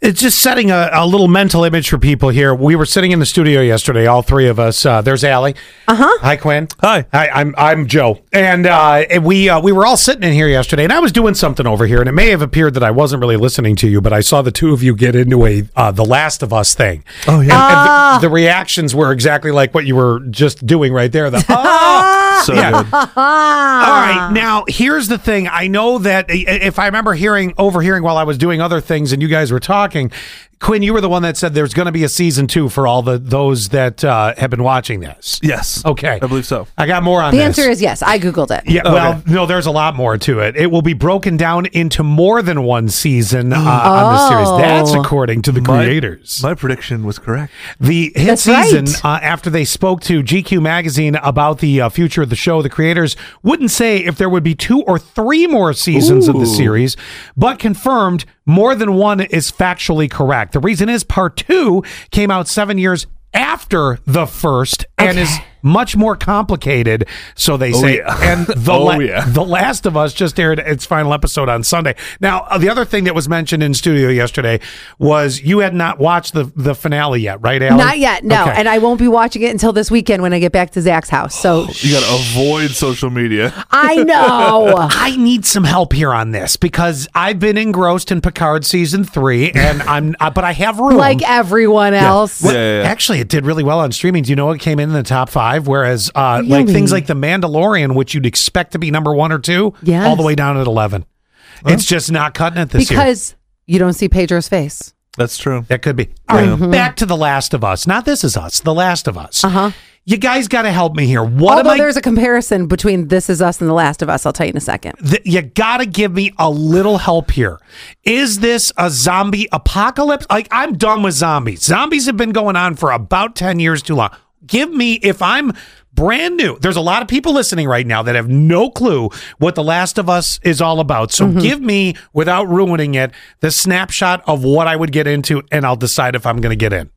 It's just setting a, a little mental image for people here. We were sitting in the studio yesterday, all three of us. Uh, there's Allie. Uh huh. Hi, Quinn. Hi. Hi. I'm I'm Joe, and, uh, and we uh, we were all sitting in here yesterday, and I was doing something over here, and it may have appeared that I wasn't really listening to you, but I saw the two of you get into a uh, The Last of Us thing. Oh, yeah. And- and the- the, reactions were exactly like what you were just doing right there. The "Ah!" So Yeah. good. All right, now here's the thing. I know that i- if I remember hearing, overhearing while I was doing other things, and you guys were talking, Quinn, you were the one that said there's going to be a season two for all the those that uh, have been watching this. Yes. Okay, Uh, I believe so. I got more on The this. answer is yes. I googled it. Yeah, well, no, there's a lot more to it. It will be broken down into more than one season uh, on the series. Oh. That's according to the creators. My, my prediction was correct. The hit That's season, right. uh, after they spoke to GQ magazine about the uh, future of the show, the creators wouldn't say if there would be two or three more seasons of the series, but confirmed more than one is factually correct. The reason is part two came out seven years after the first and is much more complicated, so they say. Oh, yeah. And the, Oh, la- yeah. the Last of Us just aired its final episode on Sunday. Now, uh, the other thing that was mentioned in studio yesterday was you had not watched the, the finale yet, right, Alan? Not yet, no. And I won't be watching it until this weekend when I get back to Zach's house. So You got to avoid social media. I know. I need some help here on this because I've been engrossed in Picard season three, and I'm uh, but I have room. like everyone else. What- Yeah, yeah, yeah. actually, it did really well on streaming. Do you know it came in the top five? Whereas, uh, like Really? things like The Mandalorian, which you'd expect to be number one or two, Yes. all the way down at eleven. It's just not cutting it this year. Because you don't see Pedro's face. That's true. That could be. All right, Mm-hmm. Yeah. back to The Last of Us. Not This Is Us. The Last of Us. Uh huh. You guys got to help me here. What Uh-huh. Although am I? there's a comparison between This Is Us and The Last of Us. I'll tell you in a second. th- you gotta give me a little help here. Is this a zombie apocalypse? Like I'm done with zombies. Zombies have been going on for about ten years too long. Give me if I'm brand new. There's a lot of people listening right now that have no clue what The Last of Us is all about. So give me, without ruining it, the snapshot of what I would get into, and I'll decide if I'm gonna get in.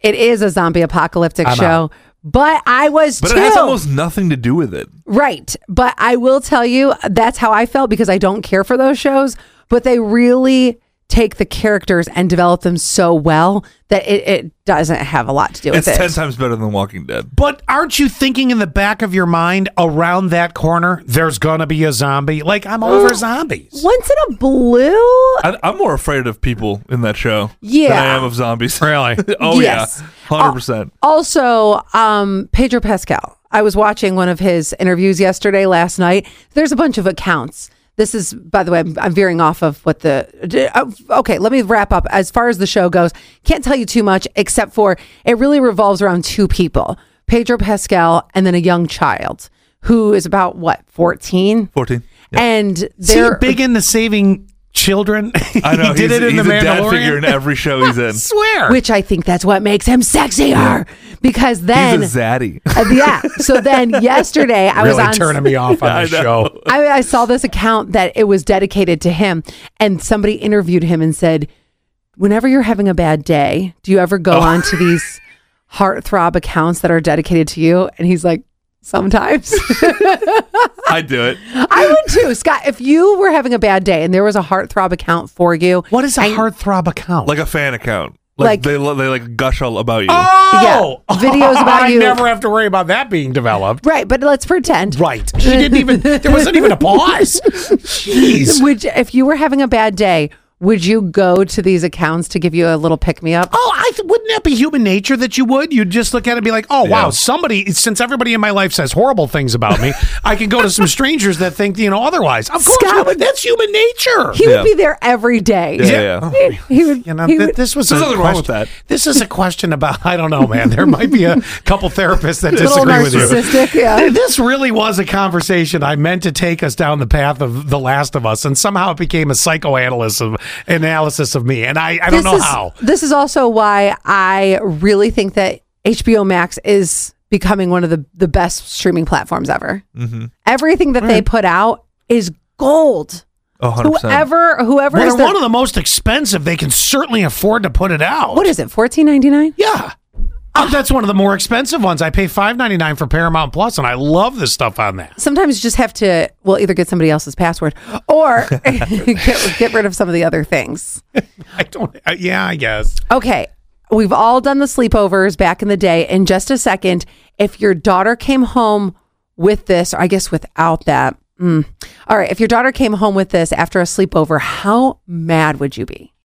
It is a zombie apocalyptic show. But I was But too it has almost nothing to do with it. right. But I will tell you that's how I felt because I don't care for those shows. But they really take the characters and develop them so well that it, it doesn't have a lot to do with It's it. 10 times better than Walking Dead. But aren't you thinking in the back of your mind around that corner, there's gonna be a zombie? Like I'm over zombies. Once in a blue? I, I'm more afraid of people in that show than Yeah. I am of zombies. Really? oh, Yes. yeah. 100%. Also, um, Pedro Pascal. I was watching one of his interviews yesterday, last night. There's a bunch of accounts. This is, by the way, I'm, I'm veering off of what the. d- uh, Okay, let me wrap up. As far as the show goes, can't tell you too much except for it really revolves around two people Pedro Pascal and then a young child who is about, what, 14? 14. And Is he they're. big into saving children? I know. he did he's, it in he's the a dad figure Mandalorian. in every show he's in. swear. which I think that's what makes him sexier because then. he's a zaddy. Uh, yeah. So then yesterday I was really on turning me off on the show. I, I saw this account that it was dedicated to him, and somebody interviewed him and said, "Whenever you're having a bad day, do you ever go on to these heartthrob accounts that are dedicated to you?" And he's like, "Sometimes." I do it. I would too, Scott. If you were having a bad day and there was a heartthrob account for you, What is a and- heartthrob account? Like a fan account. Like- Like, they they, lo- they like gush all about you. oh, Yeah, videos about I you. never have to worry about that being developed. Right, but let's pretend. Right. He didn't even. There wasn't even a pause. Jeez. Would if you were having a bad day, would you go to these accounts to give you a little pick me up? Oh, I th- wouldn't that be human nature that you would? You'd just look at it and be like, "Oh, wow, Yeah. somebody." Since everybody in my life says horrible things about me, I can go to some strangers that think you know otherwise. Of course, Scott would- that's human nature. He Yeah. would be there every day. Yeah, yeah. yeah. He, he would. You know, he um, th- would- this was There's a nothing question. wrong with that. This is a question about. I don't know, man. There might be a couple therapists that little disagree with you. narcissistic. Yeah. This really was a conversation I meant to take us down the path of The Last of Us, and somehow it became a psychoanalysis of analysis of me. And I, I don't This know is how. this is also why I really think that HBO Max is becoming one of the the best streaming platforms ever. Everything that they put out is gold. Oh, 100%. Whoever whoever Well, is they're the, one of the most expensive. They can certainly afford to put it out. what is it fourteen ninety nine? Yeah. Oh, that's one of the more expensive ones. I pay five ninety nine for Paramount Plus, and I love the stuff on that. Sometimes you just have to, well, either get somebody else's password or get, get rid of some of the other things. I don't. Uh, yeah, I guess. Okay. We've all done the sleepovers back in the day. In just a second, if your daughter came home with this, or I guess without that, mm. all right, if your daughter came home with this after a sleepover, how mad would you be?